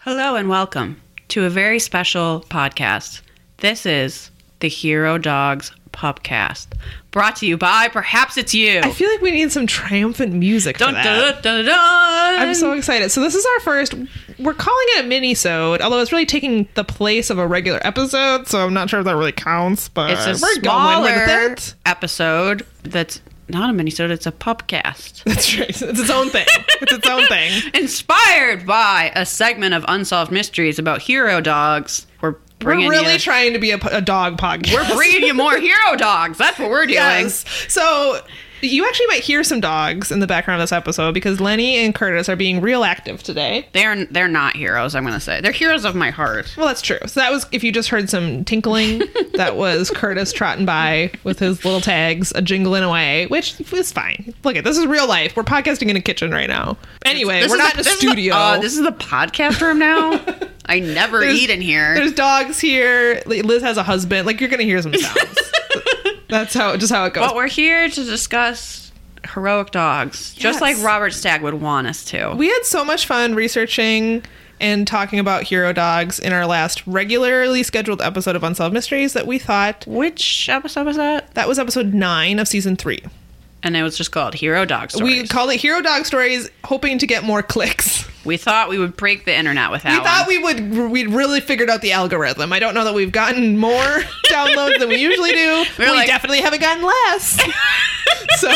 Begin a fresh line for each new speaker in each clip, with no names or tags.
Hello and welcome to a very special podcast. This is the Hero Dogs Pubcast, brought to you by Perhaps It's You.
I feel like we need some triumphant music.
Dun,
for that.
dun, dun, dun, dun.
I'm so excited. So this is our first. We're calling it a mini-sode, although it's really taking the place of a regular episode. So I'm not sure if that really counts, but
It's a
we're
smaller
going with it.
episode that's not a minisode; it's a pubcast.
That's right. It's its own thing. it's its own thing.
Inspired by a segment of unsolved mysteries about hero dogs, we're bringing
We're really
you.
trying to be a, a dog podcast.
we're bringing you more hero dogs. That's what we're doing.
Yes. So you actually might hear some dogs in the background of this episode because Lenny and Curtis are being real active today.
They're they're not heroes. I'm gonna say they're heroes of my heart.
Well, that's true. So that was if you just heard some tinkling, that was Curtis trotting by with his little tags, a jingling away, which is fine. Look at this is real life. We're podcasting in a kitchen right now. Anyway,
This
we're
is
not
the-
in a
this is the-
studio.
uh, this is the podcast room now. I never
There's-
eat in here.
There's dogs here. Li- Liz has a husband. Like you're gonna hear some sounds. that's how just how it goes.
But we're here to discuss heroic dogs, just
Yes.
like Robert Stagg would want us to.
we had so much fun researching and talking about hero dogs in our last regularly scheduled episode of Unsolved Mysteries that we thought
Which episode was that?
that was episode nine of season three.
And it was just called Hero Dog Stories.
We
We,
called it Hero Dog Stories, hoping to get more clicks.
thought we would break the internet with that
we
one.
thought we would we really figured out the algorithm. I don't know that we've gotten more downloads than we usually do.
We
We,
were like-
definitely haven't gotten less. so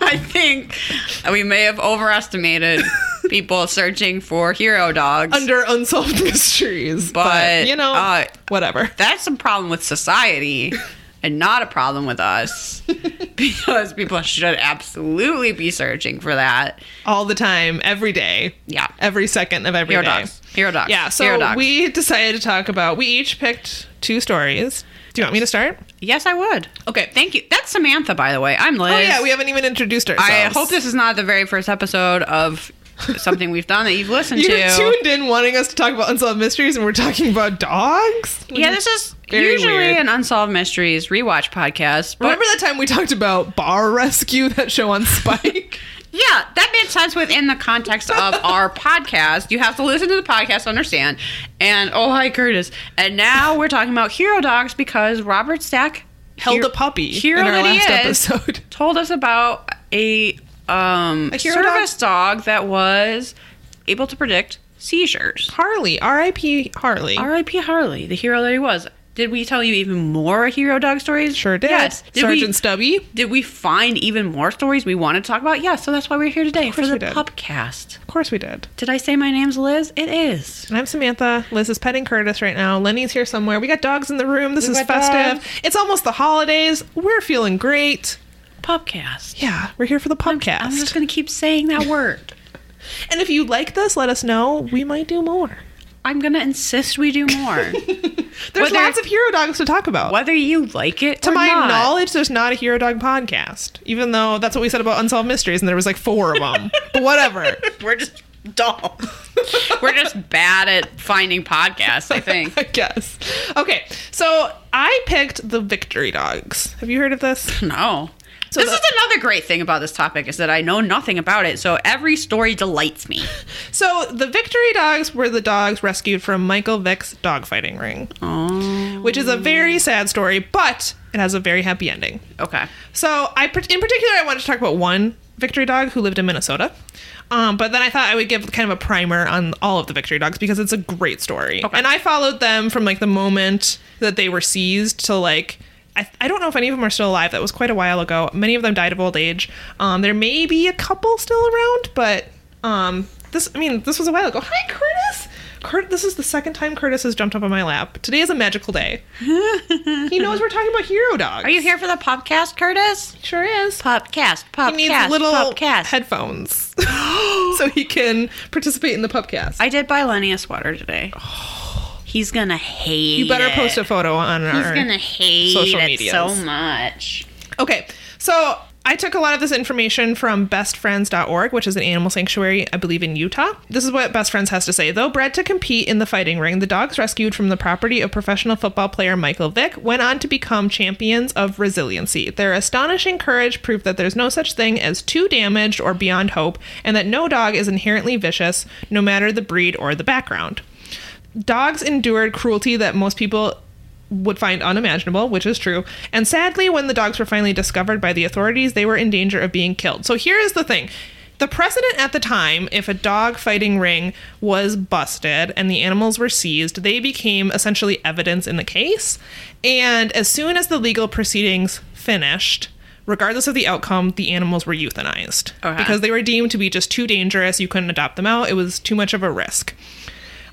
I think we may have overestimated people searching for hero dogs.
under unsolved mysteries, but,
But,
you know,
uh,
whatever.
that's a problem with society and not a problem with us because people should absolutely be searching for that.
All the time, every day.
Yeah.
Every second of every day.
Hero dogs. Hero dogs.
Yeah, so
Hero dogs.
we decided to talk about we each picked two stories. Do you want me to start?
Yes, I would. Okay, thank you. That's Samantha, by the way. I'm Liz.
Oh yeah, we haven't even introduced ourselves.
I hope this is not the very first episode of something we've done that you've listened
You
to.
tuned in wanting us to talk about unsolved mysteries, and we're talking about dogs.
yeah, this is
Very
usually
weird.
an unsolved mysteries rewatch podcast. But
Remember that time we talked about Bar Rescue, that show on Spike?
Yeah, that made sense within the context of our podcast. You have to listen to the podcast to understand. And oh, hi, Curtis. And now we're talking about hero dogs because Robert Stack
Held
her-
a puppy
hero
in our
that he
last
is,
episode.
Told us about a, um,
A hero
service dog? that was able to predict seizures.
Harley, R.I.P. Harley.
R.I.P. Harley, the hero that he was. Did we tell you even more hero dog stories?
sure did.
Yes. Did we-
Sergeant Stubby.
did we find even more stories we want to talk about? Yeah, so that's why we're here today for
course
the
we did.
pubcast.
Of course we did.
Did I say my name's Liz? It is.
And I'm Samantha. Liz is petting Curtis right now. Lenny's here somewhere. We got dogs in the room. This is
got
festive. It's almost the holidays. We're feeling great.
Pubcast.
Yeah, we're here for the podcast.
I'm just going to keep saying that word.
and if you like this, let us know. We might do more.
I'm going to insist we do more.
There's
Whether-
lots of hero dogs to talk about.
Whether you like it
To
or
my
not.
knowledge, there's not a Hero Dog podcast, even though that's what we said about Unsolved Mysteries, and there was like four of them. but whatever.
we're just dumb. we're just bad at finding podcasts, I think.
I guess. Okay, so I picked the Victory Dogs. Have you heard of this?
No.
So
this
the-
is another great thing about this topic is that I know nothing about it, so every story delights me.
So the victory dogs were the dogs rescued from Michael Vick's dogfighting ring,
Oh.
which is a very sad story, but it has a very happy ending.
Okay.
So I, par- in particular, I wanted to talk about one victory dog who lived in Minnesota. Um, but then I thought I would give kind of a primer on all of the victory dogs because it's a great story. And I followed them from like the moment that they were seized to like. I, I don't know if any of them are still alive. That was quite a while ago. Many of them died of old age. Um, there may be a couple still around, but um, this I mean this was a while ago. Hi, Curtis. Curt, this is the second time Curtis has jumped up on my lap. Today is a magical day. he knows we're talking about hero dogs.
Are you here for the podcast, Curtis?
Sure is.
Podcast, podcast,
He needs little
podcast.
headphones so he can participate in the pubcast.
I did buy Lenny a sweater today. He's gonna hate.
you better
it.
post a photo on
He's
our
gonna hate
social
it
medias.
so much.
Okay, so I took a lot of this information from bestfriends.org, which is an animal sanctuary, I believe, in Utah. This is what Best Friends has to say. Though bred to compete in the fighting ring, the dogs rescued from the property of professional football player Michael Vick went on to become champions of resiliency. Their astonishing courage proved that there's no such thing as too damaged or beyond hope, and that no dog is inherently vicious, no matter the breed or the background. Dogs endured cruelty that most people would find unimaginable, which is true. And sadly, when the dogs were finally discovered by the authorities, they were in danger of being killed. So here is the thing. The precedent at the time, if a dog fighting ring was busted and the animals were seized, they became essentially evidence in the case. And as soon as the legal proceedings finished, regardless of the outcome, the animals were euthanized because they were deemed to be just too dangerous. You couldn't adopt them out, it was too much of a risk.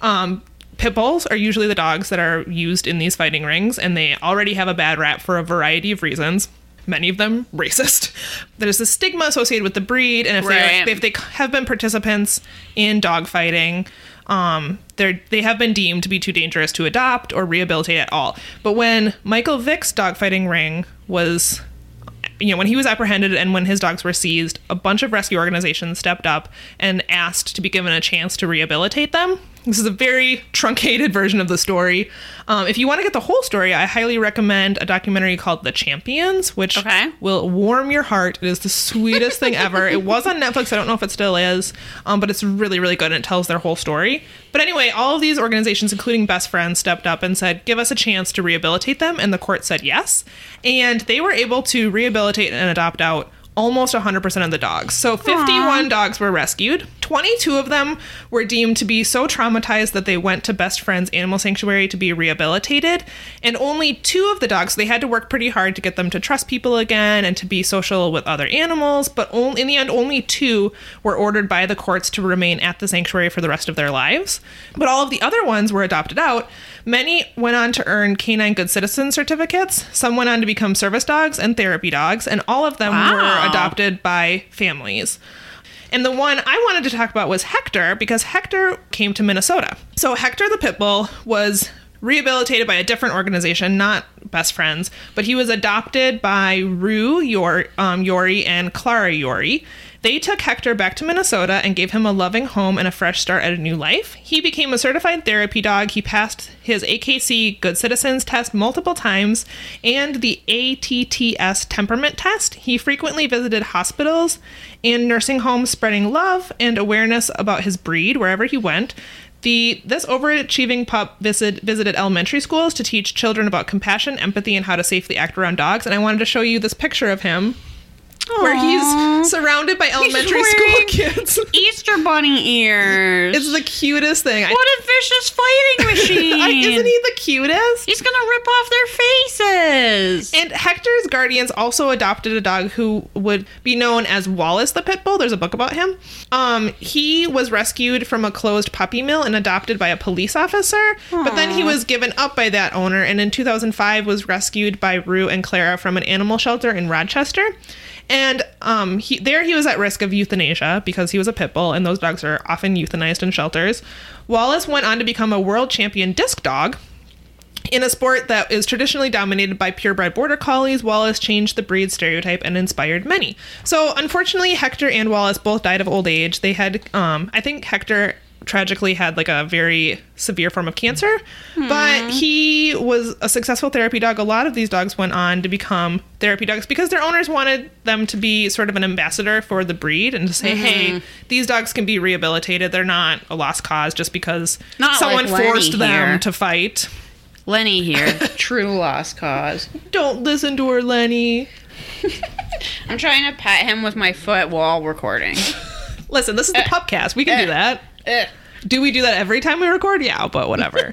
Um, pit bulls are usually the dogs that are used in these fighting rings, and they already have a bad rap for a variety of reasons. Many of them racist. There's a stigma associated with the breed, and if
Right.
they if they have been participants in dog fighting, um, they're they have been deemed to be too dangerous to adopt or rehabilitate at all. But when Michael Vick's dogfighting ring was you know, when he was apprehended and when his dogs were seized, a bunch of rescue organizations stepped up and asked to be given a chance to rehabilitate them. This is a very truncated version of the story. Um, if you want to get the whole story, I highly recommend a documentary called The Champions, which
Okay.
will warm your heart. It is the sweetest thing ever. It was on Netflix. I don't know if it still is, um, but it's really, really good and it tells their whole story. But anyway, all of these organizations, including Best Friends, stepped up and said, give us a chance to rehabilitate them. And the court said yes. And they were able to rehabilitate and adopt out almost 100% of the dogs. So 51 dogs were rescued. 22 of them were deemed to be so traumatized that they went to Best Friends Animal Sanctuary to be rehabilitated. And only two of the dogs, they had to work pretty hard to get them to trust people again and to be social with other animals. But only, in the end, only two were ordered by the courts to remain at the sanctuary for the rest of their lives. But all of the other ones were adopted out. Many went on to earn canine good citizen certificates. Some went on to become service dogs and therapy dogs. And all of them
Wow.
were adopted by families. And the one I wanted to talk about was Hector because Hector came to Minnesota. So Hector the pit bull was rehabilitated by a different organization, not Best Friends, but he was adopted by Rue Yor- um, Yori and Clara Yori. They took Hector back to Minnesota and gave him a loving home and a fresh start at a new life. He became a certified therapy dog. He passed his AKC Good Citizens test multiple times and the ATTS temperament test. He frequently visited hospitals and nursing homes spreading love and awareness about his breed wherever he went. The this overachieving pup visit, visited elementary schools to teach children about compassion, empathy, and how to safely act around dogs. And I wanted to show you this picture of him where he's surrounded by elementary school
wearing-
kids.
Easter bunny ears.
It's the cutest thing. I-
what a vicious fighting machine!
I- isn't he the cutest?
He's gonna rip off their faces.
And Hector's guardians also adopted a dog who would be known as Wallace the Pit Bull. There's a book about him. Um, he was rescued from a closed puppy mill and adopted by a police officer, but then he was given up by that owner and in 2005 was rescued by Rue and Clara from an animal shelter in Rochester. And um, he, there he was at risk of euthanasia because he was a pit bull, and those dogs are often euthanized in shelters. Wallace went on to become a world champion disc dog. In a sport that is traditionally dominated by purebred border collies, Wallace changed the breed stereotype and inspired many. So, unfortunately, Hector and Wallace both died of old age. They had, um, I think Hector tragically had like a very severe form of cancer.
Hmm.
But he was a successful therapy dog. A lot of these dogs went on to become therapy dogs because their owners wanted them to be sort of an ambassador for the breed and to say,
Mm-hmm.
hey, these dogs can be rehabilitated. They're not a lost cause just because
Not like
someone
Lenny
forced
here.
them to fight.
Lenny here, true lost cause.
Don't listen to her, Lenny.
I'm trying to pat him with my foot while recording.
Listen, this is the
Eh.
pubcast. We can do that.
Ugh.
Do we do that every time we record? Yeah, but whatever.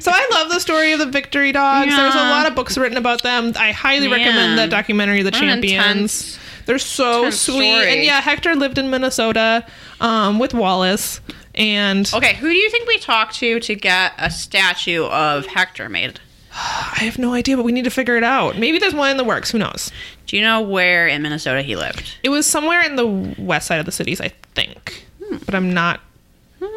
so I love the story of the victory dogs. There's a
Yeah.
lot of books written about them. I highly
Man.
recommend that documentary, The
an
Champions.
intense-
They're so
intense
sweet.
story.
And yeah, Hector lived in Minnesota um, with Wallace. And
Okay, who do you think we talked to to get a statue of Hector made?
I have no idea, but we need to figure it out. Maybe there's one in the works. Who knows?
Do you know where in Minnesota he lived?
It was somewhere in the west side of the cities, I think.
Hmm.
But I'm not.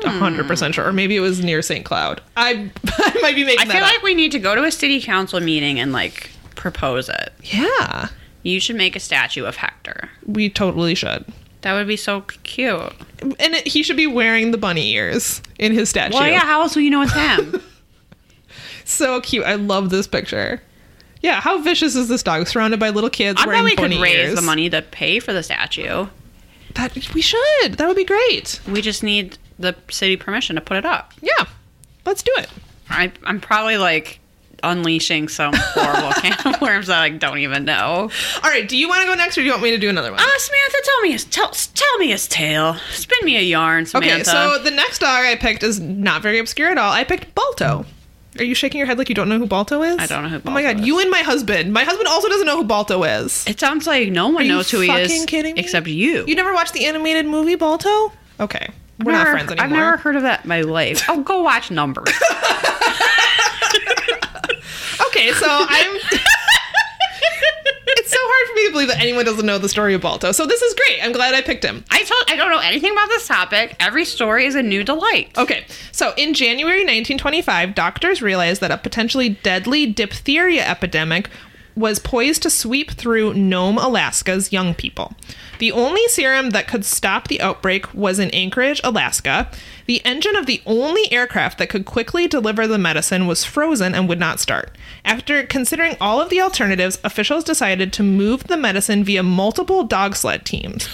100% sure, or maybe it was near St. Cloud. I, I might be making
I
that
feel
up.
like we need to go to a city council meeting and like propose it.
Yeah,
You should make a statue of Hector.
we totally should.
That would be so cute.
And it, he should be wearing the bunny ears in his statue.
Well, yeah. How else will you know it's him?
So cute. I love this picture. Yeah, how vicious is this dog? Surrounded by little kids
I
wearing
bet we could
bunny
raise
ears.
the money to pay for the statue.
That we should. That would be great.
We just need the city permission to put it up.
Yeah, let's do it.
I, I'm probably like unleashing some horrible can of worms that I don't even know.
All right. Do you want to go next, or do you want me to do another one?
Ah, Samantha, tell me his tell, tell me his tale. Spin me a yarn, Samantha.
okay. So the next dog I picked is not very obscure at all. I picked Balto. Are you shaking your head like you don't know who Balto is?
I don't know who
Oh
Balto
my god,
is.
you and my husband. My husband also doesn't know who Balto is.
it sounds like no one
Are you
knows who he is
fucking kidding me?
except you.
You never watched the animated movie Balto? Okay.
I've
We're not
never-
friends anymore.
I've never heard of that in my life. Oh, go watch Numbers.
Okay, so I'm. it's so hard for me to believe that anyone doesn't know the story of Balto. So this is great. I'm glad I picked him.
I told I don't know anything about this topic. Every story is a new delight.
Okay, so in January 1925, doctors realized that a potentially deadly diphtheria epidemic was poised to sweep through Nome, Alaska's young people. The only serum that could stop the outbreak was in Anchorage, Alaska. The engine of the only aircraft that could quickly deliver the medicine was frozen and would not start. After considering all of the alternatives, officials decided to move the medicine via multiple dog sled teams.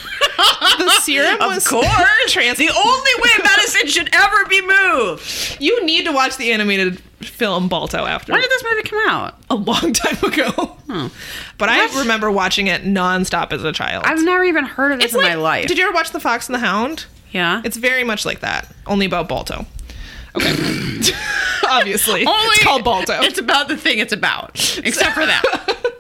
The serum was trans-
only way medicine should ever be moved.
you need to watch the animated film Balto after
When did this movie come out?
a long time ago. But I remember watching it nonstop as a child.
I've never even heard of this
It's
in
like-
my life.
Did you ever watch The Fox and the Hound?
yeah.
It's very much like that, only about Balto. Okay. Obviously.
only
it's called Balto.
It's about the thing it's about, except for that.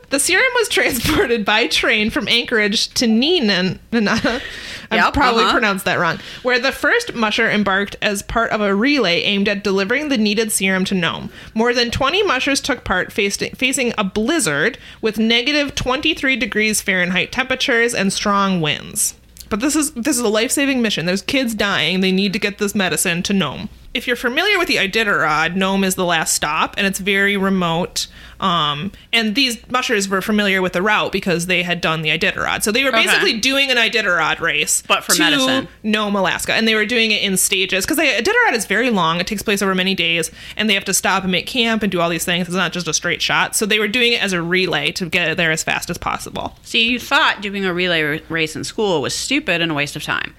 the serum was transported by train from Anchorage to Neenan. Nanana. I
Yep,
probably
uh-huh.
pronounced that wrong. Where the first musher embarked as part of a relay aimed at delivering the needed serum to Nome. More than 20 mushers took part, faced, facing a blizzard with negative 23 degrees Fahrenheit temperatures and strong winds. But this is this is a life-saving mission. There's kids dying. They need to get this medicine to Nome. If you're familiar with the Iditarod, Nome is the last stop, and it's very remote. Um, and these mushers were familiar with the route because they had done the Iditarod. So they were
Okay.
basically doing an Iditarod race,
But for
to
medicine.
Nome, Alaska, and they were doing it in stages because the Iditarod is very long. It takes place over many days, and they have to stop and make camp and do all these things. It's not just a straight shot. So they were doing it as a relay to get there as fast as possible.
See, you thought doing a relay r- race in school was stupid and a waste of time,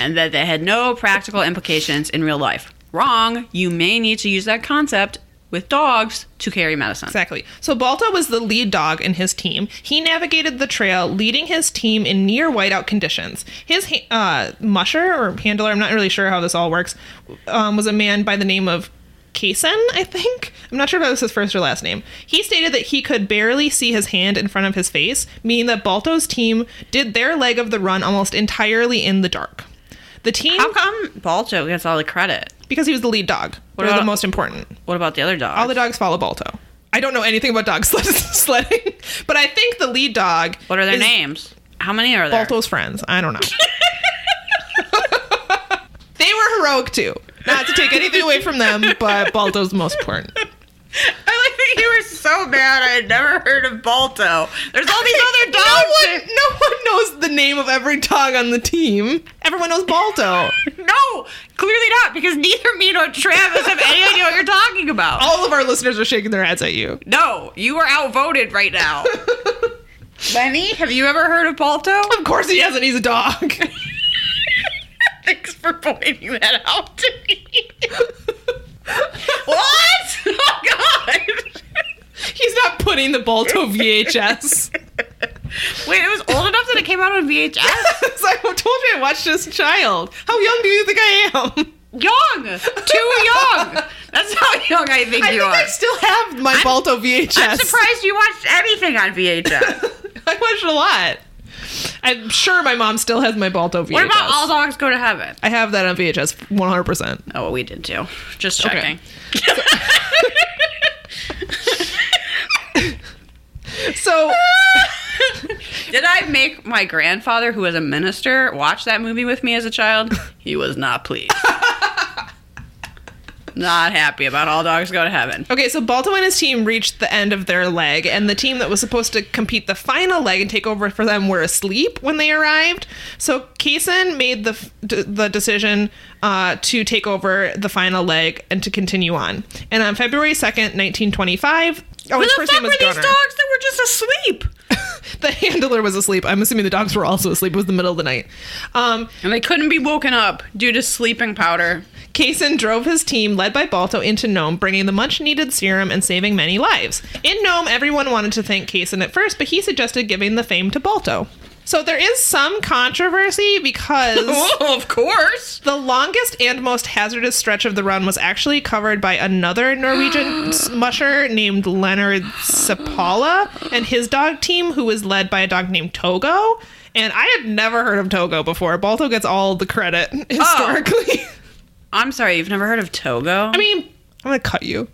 and that it had no practical implications in real life. Wrong. You may need to use that concept with dogs to carry medicine.
Exactly. So Balto was the lead dog in his team. He navigated the trail, leading his team in near whiteout conditions. His ha- uh, musher or handler, I'm not really sure how this all works, um, was a man by the name of Kaysen, I think. I'm not sure if that was his first or last name. He stated that he could barely see his hand in front of his face, meaning that Balto's team did their leg of the run almost entirely in the dark. The team,
How come Balto gets all the credit?
because he was the lead dog,
What
they're the
about-
most important.
What about the other dogs?
All the dogs follow Balto. I don't know anything about dog sled- sledding, but I think the lead dog.
what are their
is
names? How many are there?
Balto's friends. I don't know. they were heroic too. Not to take anything away from them, but Balto's the most important.
I like that you were so mad. I had never heard of Balto. There's all these other dogs.
No one, no one knows the name of every dog on the team. Everyone knows Balto.
No, clearly not, because neither me nor Travis have any idea what you're talking about.
All of our listeners are shaking their heads at you.
No, you are outvoted right now. Lenny, have you ever heard of Balto?
Of course he hasn't. He's a dog.
Thanks for pointing that out to me. what? Oh, God.
He's not putting the Balto VHS.
Wait, it was old enough that it came out on VHS?
It's like, I told you I watched this child. How young do you think I am?
Young! Too young! That's how young I think
I
you
think
are.
I still have my Balto VHS.
I'm surprised you watched anything on VHS.
I watched a lot. I'm sure my mom still has my Balto VHS.
what about All Dogs Go to Heaven?
I have that on VHS 100%.
Oh, well, we did too. Just checking.
So,
Did I make my grandfather, who was a minister, watch that movie with me as a child? He was not pleased. not happy about All Dogs Go to Heaven.
okay, so Balto and his team reached the end of their leg, and the team that was supposed to compete the final leg and take over for them were asleep when they arrived. So, Kaysen made the, f- d- the decision uh, to take over the final leg and to continue on. And on February 2nd, 1925, oh,
Who
his
the
first
fuck
name
were
was
these dogs
Gunnar.
that were just asleep?
the handler was asleep. I'm assuming the dogs were also asleep. It was the middle of the night. Um,
And they couldn't be woken up due to sleeping powder.
Kaysen drove his team, led by Balto, into Nome, bringing the much needed serum and saving many lives. In Nome, everyone wanted to thank Kaysen at first, but he suggested giving the fame to Balto. So there is some controversy because.
Oh, of course.
The longest and most hazardous stretch of the run was actually covered by another Norwegian musher named Leonard Sapala and his dog team, who was led by a dog named Togo. And I had never heard of Togo before. Balto gets all the credit historically.
I'm sorry, you've never heard of Togo?
I mean, I'm gonna cut you.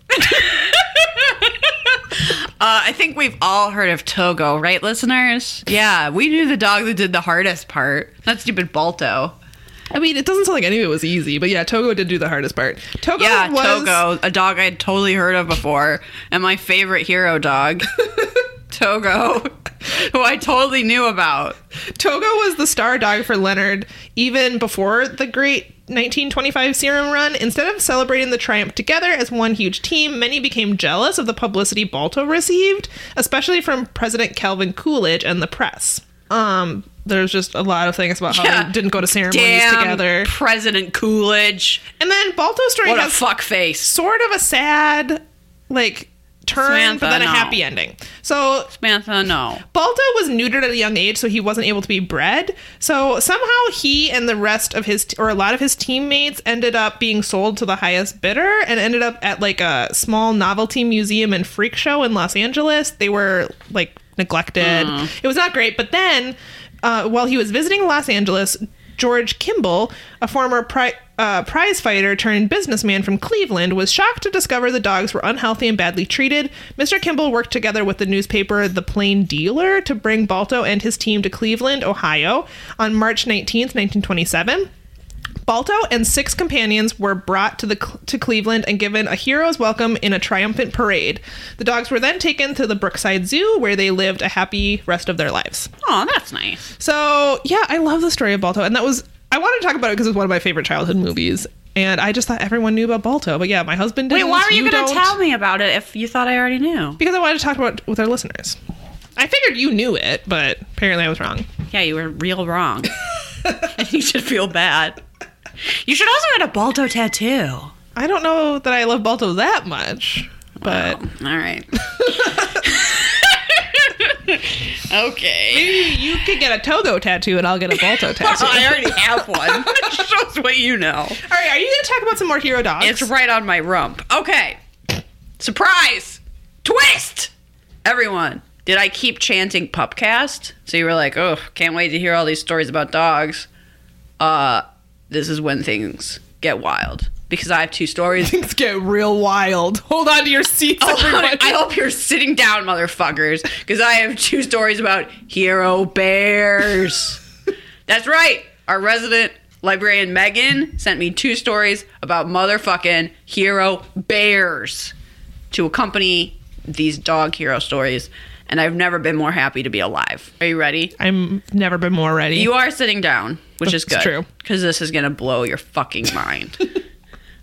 Uh, I think we've all heard of Togo, right, listeners? Yeah, we knew the dog that did the hardest part. That stupid Balto.
I mean, it doesn't sound like any of it was easy, but yeah, Togo did do the hardest part. Togo
Yeah,
was
Togo, a dog I'd totally heard of before, and my favorite hero dog, Togo, who I totally knew about.
Togo was the star dog for Leonard even before the great 1925 serum run. Instead of celebrating the triumph together as one huge team, many became jealous of the publicity Balto received, especially from President Calvin Coolidge and the press. Um, there's just a lot of things about how
Yeah.
they didn't go to ceremonies
Damn,
together.
President Coolidge.
And then Balto's story
What a
has
fuck face.
sort of a sad, like, turn,
Samantha,
but then a
no.
happy ending. So
Samantha, no.
Balto was neutered at a young age, so he wasn't able to be bred. So somehow he and the rest of his, or a lot of his teammates, ended up being sold to the highest bidder and ended up at like a small novelty museum and freak show in Los Angeles. They were like neglected. It was not great. But then uh, while he was visiting Los Angeles, George Kimball, a former pri- uh, prize fighter turned businessman from Cleveland, was shocked to discover the dogs were unhealthy and badly treated. Mr. Kimball worked together with the newspaper The Plain Dealer to bring Balto and his team to Cleveland, Ohio on March 19th, 1927. Balto and six companions were brought to the to Cleveland and given a hero's welcome in a triumphant parade. The dogs were then taken to the Brookside Zoo where they lived a happy rest of their lives.
Oh, that's nice.
So yeah, I love the story of Balto, and that was I wanted to talk about it because it's one of my favorite childhood movies, and I just thought everyone knew about Balto, but yeah, my husband
Wait,
didn't.
why were you, going to
don't.
tell me about it if you thought I already knew?
Because I wanted to talk about it with our listeners. I figured you knew it, but apparently I was wrong.
Yeah, you were real wrong. and you should feel bad. You should also get a Balto tattoo.
I don't know that I love Balto that much, but
All right. okay.
you could get a Togo tattoo, and I'll get a Balto tattoo.
I already have one. Shows what you know.
All right, are you going to talk about some more hero dogs?
It's right on my rump. Okay. Surprise! Twist! Everyone, did I keep chanting Pupcast? So you were like, oh, can't wait to hear all these stories about dogs. Uh, this is when things get wild because I have two stories.
Things get real wild. Hold on to your seats, everybody.
Oh, I hope you're sitting down, motherfuckers, because I have two stories about hero bears. That's right. Our resident librarian Megan sent me two stories about motherfucking hero bears to accompany these dog hero stories, and I've never been more happy to be alive. Are you ready?
I'm never been more ready.
You are sitting down, which is good.
That's true.
Because this is going to blow your fucking mind.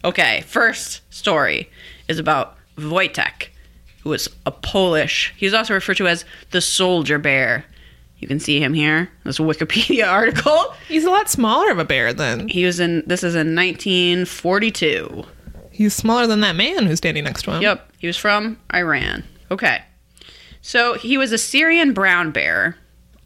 okay, first story is about Wojtek, who was a Polish. He was also referred to as the soldier bear. You can see him here. This Wikipedia article.
He's a lot smaller of a bear than
He was in, this is in 1942.
he's smaller than that man who's standing next to him.
Yep. He was from Iran. Okay. So he was a Syrian brown bear.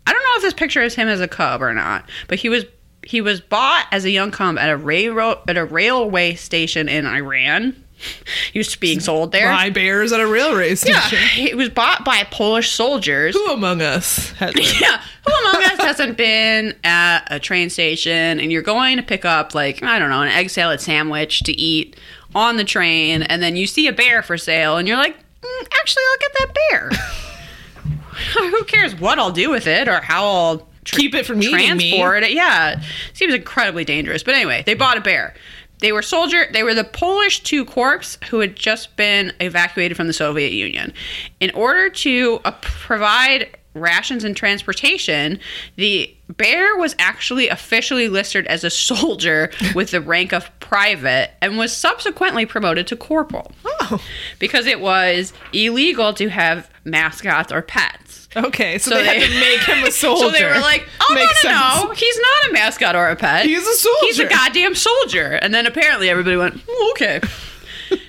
I don't know if this picture is him as a cub or not, but he was he was bought as a young cub at a railroad at a railway station in Iran. he was being sold there.
My bears at a railway
Yeah,
station.
he was bought by Polish soldiers.
Who among us? Has
Yeah, who among us hasn't been at a train station and you're going to pick up like I don't know an egg salad sandwich to eat on the train, and then you see a bear for sale, and you're like, "Mm, actually, I'll get that bear. who cares what I'll do with it or how I'll tr-
Keep it from eating me.
transport it? Yeah, seems incredibly dangerous. But anyway, they bought a bear. They were soldier. They were the Polish two corps who had just been evacuated from the Soviet Union. In order to uh, provide rations and transportation, the bear was actually officially listed as a soldier with the rank of private and was subsequently promoted to corporal
Oh,
because it was illegal to have mascots or pets.
okay. So,
So
they, had
they-
to make him a soldier.
So they were like, "Oh
Makes
no, no,
sense.
no! He's not a mascot or a pet.
He's a
He's
soldier."
a goddamn soldier." And then apparently everybody went, "Oh, "Okay."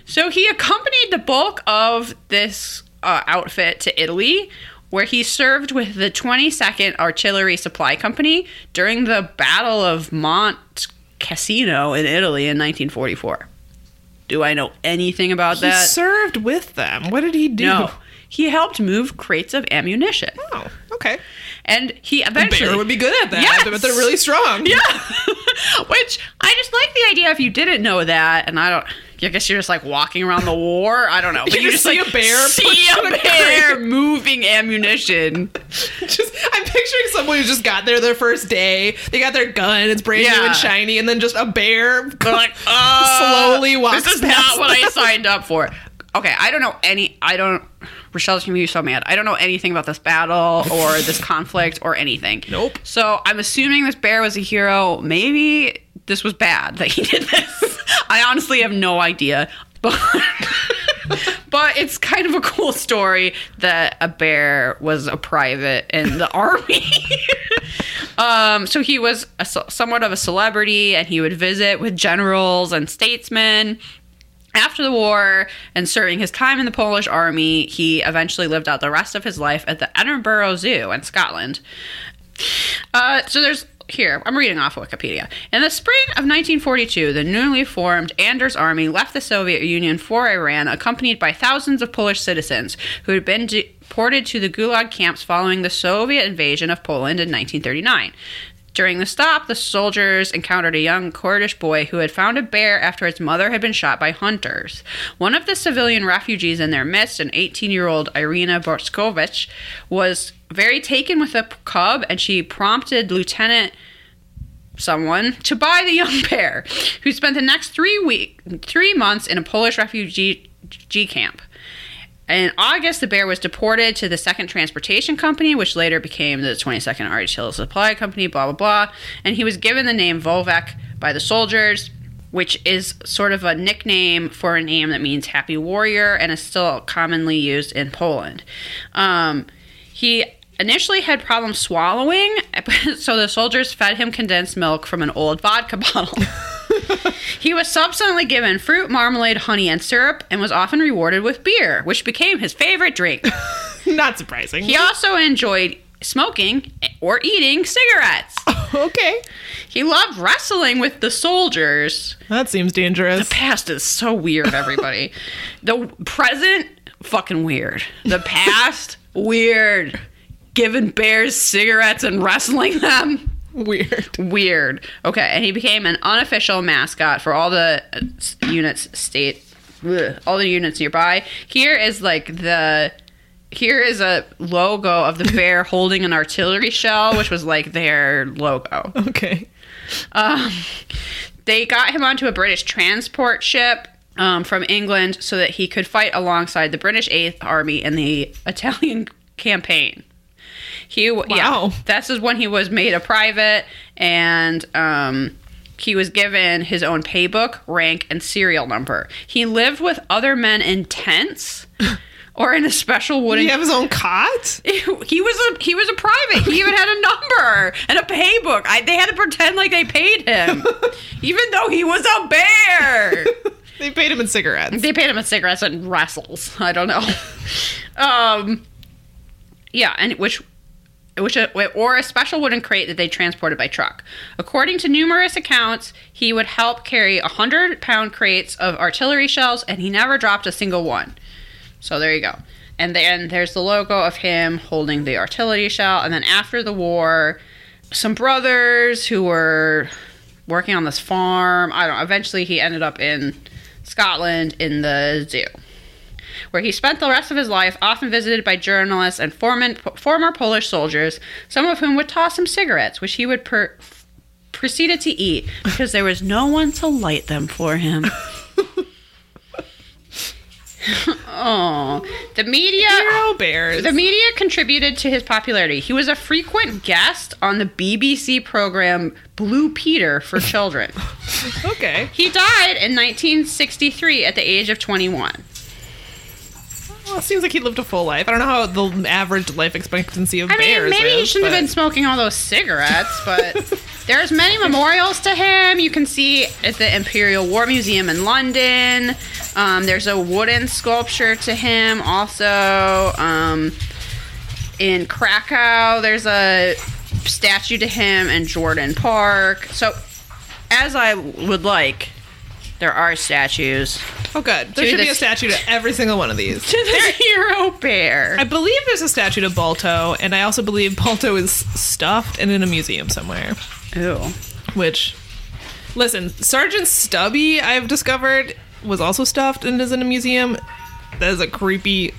so he accompanied the bulk of this uh, outfit to Italy, where he served with the 22nd Artillery Supply Company during the Battle of Mont Cassino in Italy in 1944. Do I know anything about
He
that?
served with them. What did he do?
No. He helped move crates of ammunition.
Oh, okay.
And he
A
eventually
bear would be good at that,
Yes!
but they're really strong. Yeah.
Which I just like the idea if you didn't know that and I don't I guess you're just like walking around the war. I don't know. But
You
you,
just
just
see
like,
a bear
see
pushing
a
a
bear moving ammunition.
Just, I'm picturing someone who just got there their first day. They got their gun. It's brand new
Yeah.
and shiny, and then just a bear.
They're like, uh,
Slowly walks
This is
past
not what I
them.
signed up for. Okay, I don't know any. I don't. Rochelle's gonna be so mad. I don't know anything about this battle or this conflict or anything.
Nope.
So I'm assuming this bear was a hero. Maybe this was bad that he did this. I honestly have no idea. But but it's kind of a cool story that a bear was a private in the army. um, so he was a, ce- somewhat of a celebrity, and he would visit with generals and statesmen. After the war and serving his time in the Polish army, he eventually lived out the rest of his life at the Edinburgh Zoo in Scotland. Uh, so there's here, I'm reading off Wikipedia. In the spring of 1942, the newly formed Anders Army left the Soviet Union for Iran, accompanied by thousands of Polish citizens who had been deported to the Gulag camps following the Soviet invasion of Poland in 1939. During the stop, the soldiers encountered a young Kurdish boy who had found a bear after its mother had been shot by hunters. One of the civilian refugees in their midst, an 18 year old Irina Borskovich, was very taken with the p- cub and she prompted Lieutenant someone to buy the young pair, who spent the next three week three months in a Polish refugee refugee camp. In August, the bear was deported to the Second Transportation Company, which later became the 22nd Artillery Supply Company. Blah blah blah, and he was given the name Volvek by the soldiers. Which is sort of a nickname for a name that means happy warrior and is still commonly used in Poland. Um, he initially had problems swallowing, so the soldiers fed him condensed milk from an old vodka bottle. he was subsequently given fruit, marmalade, honey, and syrup, and was often rewarded with beer, which became his favorite drink.
Not surprising.
He also enjoyed smoking or eating cigarettes.
Okay.
He loved wrestling with the soldiers.
That seems dangerous.
Past is so weird, everybody. the present, fucking weird. The past, weird. Giving bears cigarettes and wrestling them.
Weird.
Weird. Okay, and he became an unofficial mascot for all the uh, s- units state, bleh, all the units nearby. Here is like the. Here is a logo of the bear holding an artillery shell, which was like their logo.
Okay.
They got him onto a British transport ship um, from England so that he could fight alongside the British Eighth Army in the Italian campaign. He w yeah,
Wow.
that's is when he was made a private, and um, he was given his own paybook, rank, and serial number. He lived with other men in tents or in a special
Did
wooden
he have his own cot?
he was a he was a private. He even had a number and a paybook. I, they had to pretend like they paid him, even though he was a bear.
They paid him in cigarettes.
they paid him in cigarettes and wrestles. I don't know. um, yeah, and which. Which uh, or a special wooden crate that they transported by truck. According to numerous accounts, he would help carry a hundred pound crates of artillery shells, and he never dropped a single one. So there you go. And then there's the logo of him holding the artillery shell. And then after the war, some brothers who were working on this farm. I don't. Eventually, he ended up in Scotland in the zoo, where he spent the rest of his life, often visited by journalists and foreman, former Polish soldiers, some of whom would toss him cigarettes, which he would per, proceeded to eat because there was no one to light them for him. oh, the media.
Hero bears.
The media contributed to his popularity. He was a frequent guest on the BBC program Blue Peter for Children.
okay.
he died in 1963 at the age of 21.
Well, it seems like he lived a full life. I don't know how the average life expectancy of
I mean,
bears
maybe he
is,
shouldn't have been
but-
smoking all those cigarettes, but there's many memorials to him. You can see at the Imperial War Museum in London. Um, there's a wooden sculpture to him. Also, um, in Krakow, there's a statue to him in Jordan Park. So, as I would like, there are statues
Oh, good. There
Dude,
should be a
this-
statue to every single one of these.
to the hero bear.
I believe there's a statue to Balto, and I also believe Balto is stuffed and in a museum somewhere.
Ew.
Which, listen, Sergeant Stubby, I've discovered, was also stuffed and is in a museum. That is a creepy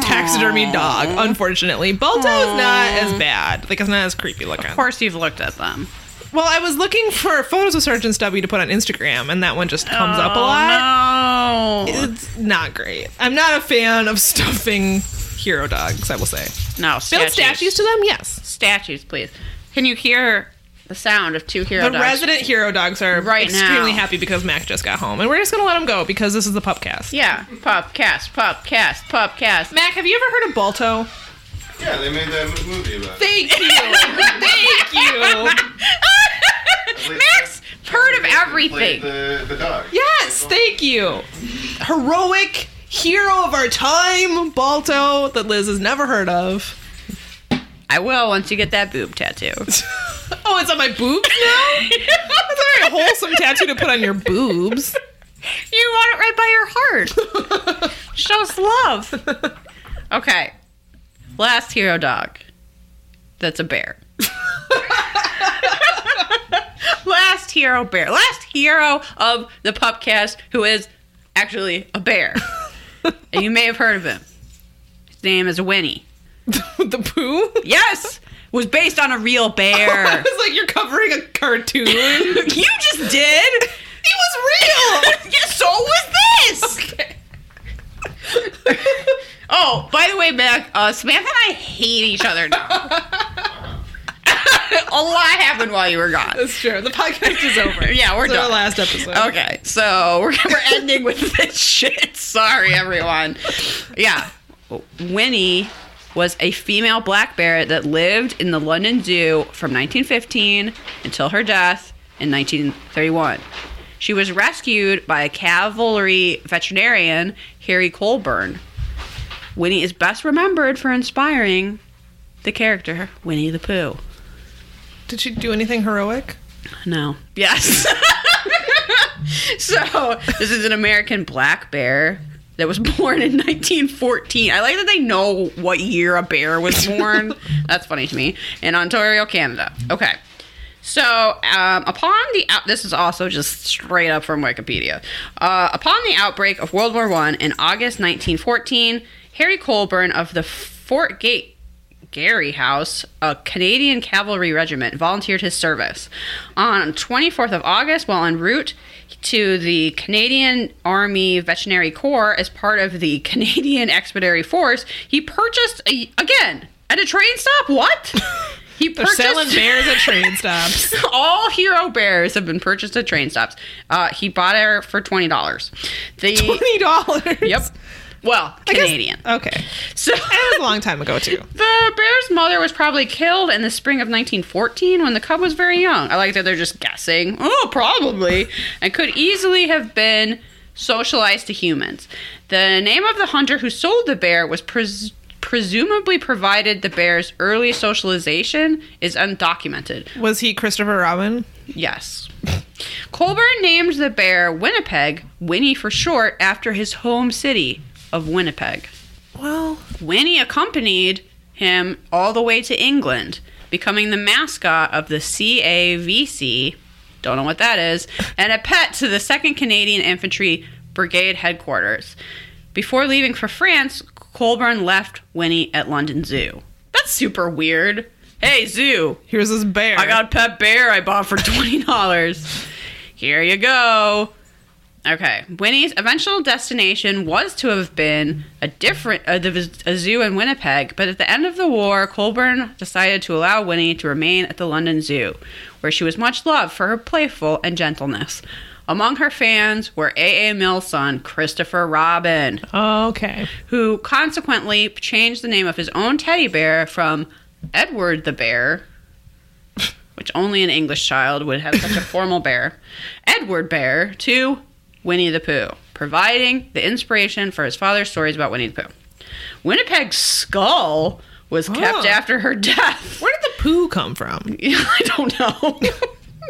taxidermy dog, unfortunately. Balto is not as bad. Like, it's not as creepy looking.
Of course, you've looked at them.
Well, I was looking for photos of Sergeant Stubby to put on Instagram, and that one just comes up a lot.
Oh.
It's not great. I'm not a fan of stuffing hero dogs, I will say.
No,
Build
statues.
statues to them, yes.
Statues, please. Can you hear the sound of two hero
The
dogs?
resident hero dogs are
Right
extremely
now.
happy because Mac just got home, and we're just gonna let him go because this is the pupcast.
yeah, pup cast, pup cast, pup cast.
Mac, have you ever heard of Balto?
Yeah, they made that m- movie about it.
Thank you, thank you.
Max heard of
Played
everything.
the, the dog.
Yes, thank you. Heroic hero of our time, Balto, that Liz has never heard of.
I will once you get that boob tattoo.
Oh, it's on my boobs now? That's a very wholesome tattoo to put on your boobs.
You want it right by your heart. Show us love. Okay. Last hero dog. That's a bear. Last hero bear. Last hero of the pupcast who is actually a bear. and you may have heard of him. His name is Winnie.
With the poo?
Yes! Was based on a real bear.
It's like you're covering a cartoon.
you just did. He was real. yeah, so was this. oh, by the way, Mac, uh, Samantha and I hate each other now. a lot happened while you were gone.
That's true. The podcast is over.
Yeah, we're
It's
done.
our last episode.
Okay, so we're, we're ending with this shit. Sorry, everyone. Yeah. Winnie was a female black bear that lived in the London Zoo from 1915 until her death in 1931. She was rescued by a cavalry veterinarian, Harry Colburn. Winnie is best remembered for inspiring the character Winnie the Pooh.
Did she do anything heroic?
No. Yes. so this is an American black bear that was born in 1914. I like that they know what year a bear was born. That's funny to me. In Ontario, Canada. Okay. So, um, upon the out- this is also just straight up from Wikipedia. Uh, upon the outbreak of World War One in August 1914, Harry Colburn of the Fort Gate Gary House, a Canadian cavalry regiment volunteered his service. On 24th of August, while en route to the Canadian Army Veterinary Corps as part of the Canadian Expeditionary Force, he purchased, a, again, at a train stop? What? He
They're selling bears at train stops.
all hero bears have been purchased at train stops. Uh, he bought her for twenty dollars. The
Twenty dollars. uh,
yep. Well, Canadian.
Okay.
so
That was a long time ago too.
the bear's mother was probably killed in the spring of 1914 when the cub was very young. I like that they're just guessing. Oh, probably. And could easily have been socialized to humans. The name of the hunter who sold the bear was pres- presumably provided the bear's early socialization is undocumented.
Was he Christopher Robin?
Yes. Colburn named the bear Winnipeg, Winnie for short, after his home city of Winnipeg.
Well,
Winnie accompanied him all the way to England, becoming the mascot of the CAVC, don't know what that is, and a pet to the 2nd Canadian Infantry Brigade headquarters. Before leaving for France, Colburn left Winnie at London Zoo. That's super weird. Hey, zoo,
here's this bear.
I got a pet bear I bought for $20. Here you go. Okay. Winnie's eventual destination was to have been a different uh, the, a zoo in Winnipeg, but at the end of the war, Colburn decided to allow Winnie to remain at the London Zoo, where she was much loved for her playful and gentleness. Among her fans were A.A. Mill's son, Christopher Robin
Okay.
who consequently changed the name of his own teddy bear from Edward the Bear, which only an English child would have such a formal bear, Edward Bear, to Winnie the Pooh, providing the inspiration for his father's stories about Winnie the Pooh. Winnipeg's skull was kept
Oh.
after her death.
Where did the poo come from?
I don't know.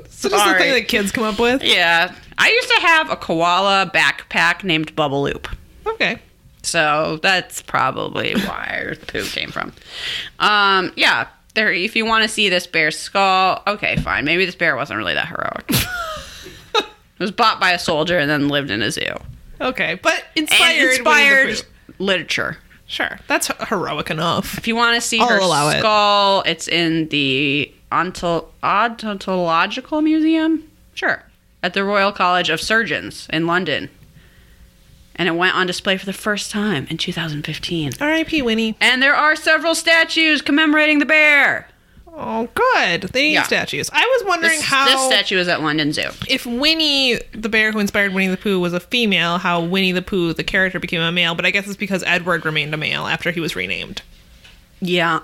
So just the
Sorry.
thing that kids come up with.
yeah. I used to have a koala backpack named Bubble Loop.
Okay.
So that's probably where the poo came from. Um, yeah, there. If you want to see this bear's skull, okay, fine. Maybe this bear wasn't really that heroic. it was bought by a soldier and then lived in a zoo.
Okay. But
And
inspired. Winnie the
inspired
Pooh.
literature.
Sure. That's heroic enough.
If you want to see
I'll
her
allow it.
skull, it's in the Onto- Odontological Museum. Sure. At the Royal College of Surgeons in London. And it went on display for the first time in 2015.
R.I.P. Winnie.
And there are several statues commemorating the bear.
Oh, good. They need
Yeah.
statues. I was wondering
This,
how
this statue is at London Zoo.
if Winnie the bear who inspired Winnie the Pooh was a female, how Winnie the Pooh the character became a male. But I guess it's because Edward remained a male after he was renamed.
Yeah.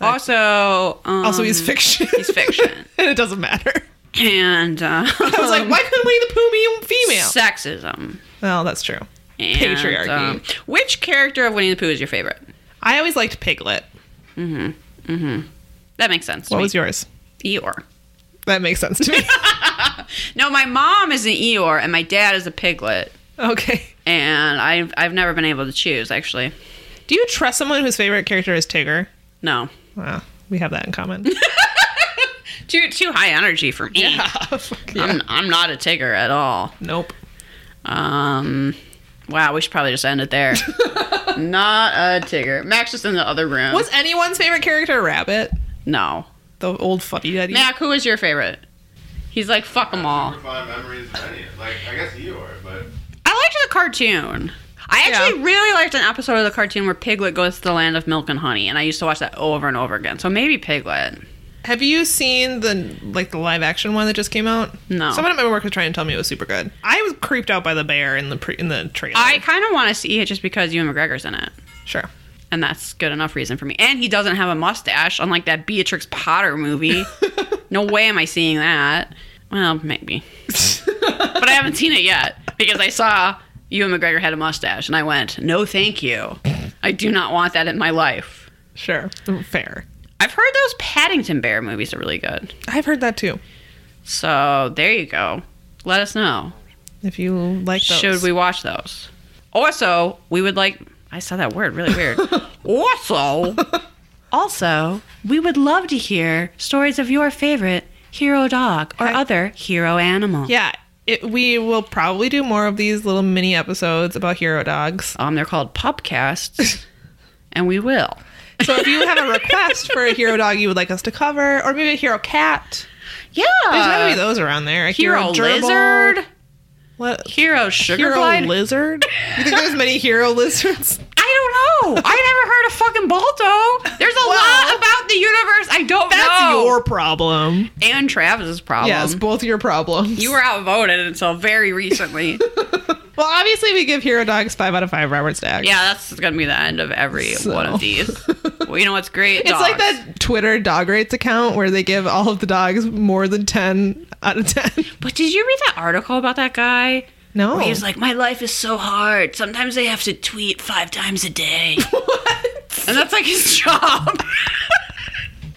Also, um,
Also, he's fiction.
he's fiction.
and it doesn't matter.
and uh,
I was like, why couldn't Winnie the Pooh be female?
sexism,
well, that's true.
and,
Patriarchy.
um, which character of Winnie the Pooh is your favorite?
I always liked Piglet.
That makes sense. to
What
me.
was yours?
Eeyore?
That makes sense to me.
No, my mom is an Eeyore, and my dad is a Piglet.
okay.
And I've I've never been able to choose actually.
Do you trust someone whose favorite character is Tigger?
No,
Wow, we have that in common.
too too high energy for me.
Fuck yeah.
I'm I'm not a Tigger at all.
Nope.
Um, wow, we should probably just end it there. Not a Tigger. Max is in the other room.
Was anyone's favorite character a rabbit?
no.
The old fuddy duddy.
Mac, who is your favorite? He's like, fuck them all.
Fond memories of any. Like, I guess you are, but
I liked the cartoon. I actually really liked an episode of the cartoon where Piglet goes to the land of milk and honey, and I used to watch that over and over again. So maybe Piglet.
Have you seen the like the live action one that just came out?
No.
Someone at my work was trying to tell me it was super good. I was creeped out by the bear in the pre- in the trailer.
I kind of want to see it just because Ewan McGregor's in it.
sure.
And that's good enough reason for me. And he doesn't have a mustache, unlike that Beatrix Potter movie. no way am I seeing that. Well, maybe. but I haven't seen it yet because I saw Ewan McGregor had a mustache and I went, no, thank you. I do not want that in my life.
Sure. Fair.
I've heard those Paddington Bear movies are really good.
I've heard that too.
So there you go. Let us know.
If you like those.
Should we watch those? Also, we would like. I saw that word really weird. also, also, we would love to hear stories of your favorite hero dog or other hero animal.
Yeah. It, we will probably do more of these little mini episodes about hero dogs.
Um, they're called pupcasts, and we will.
So if you have a request for a hero dog you would like us to cover, or maybe a hero cat,
Yeah.
there's gotta be those around there. A
Uh, Hero
gerbil.
lizard.
What?
Hero sugar
Hero
glide.
lizard? You think there's many hero lizards?
I don't know. I never heard of fucking Balto. There's a
Well,
lot about the universe I don't
That's
know.
your problem.
and Travis's problem.
Yes, both your problems.
you were outvoted until very recently.
well, obviously, we give hero dogs five out of five Robert Stack.
yeah, that's gonna be the end of every
So.
one of these. Well, you know what's great?
It's like
Dogs.
that Twitter dog rates account where they give all of the dogs more than 10 out of 10.
But did you read that article about that guy?
No.
Where he was like, My life is so hard. Sometimes I have to tweet five times a day. And that's like his job.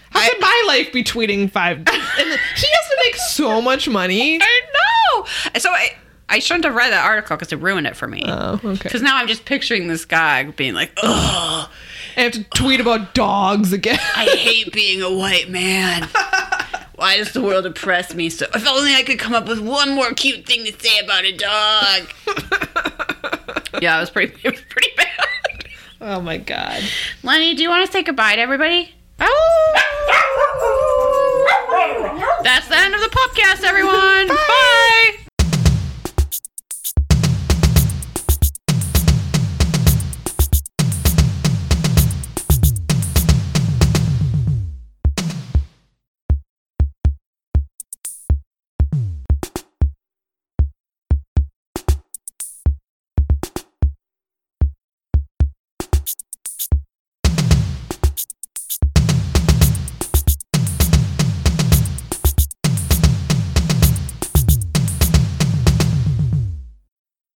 How could my life be tweeting five? And he has to make so much money.
I know. So I, I shouldn't have read that article because it ruined it for me.
Oh, okay.
Because now I'm just picturing this guy being like, ugh,
I have to tweet about dogs again.
I hate being a white man. Why does the world oppress me so? If only I could come up with one more cute thing to say about a dog. yeah, it was pretty, it was pretty bad.
Oh my god.
Lenny, do you want to say goodbye to everybody? Oh! That's the end of the podcast, everyone. Bye.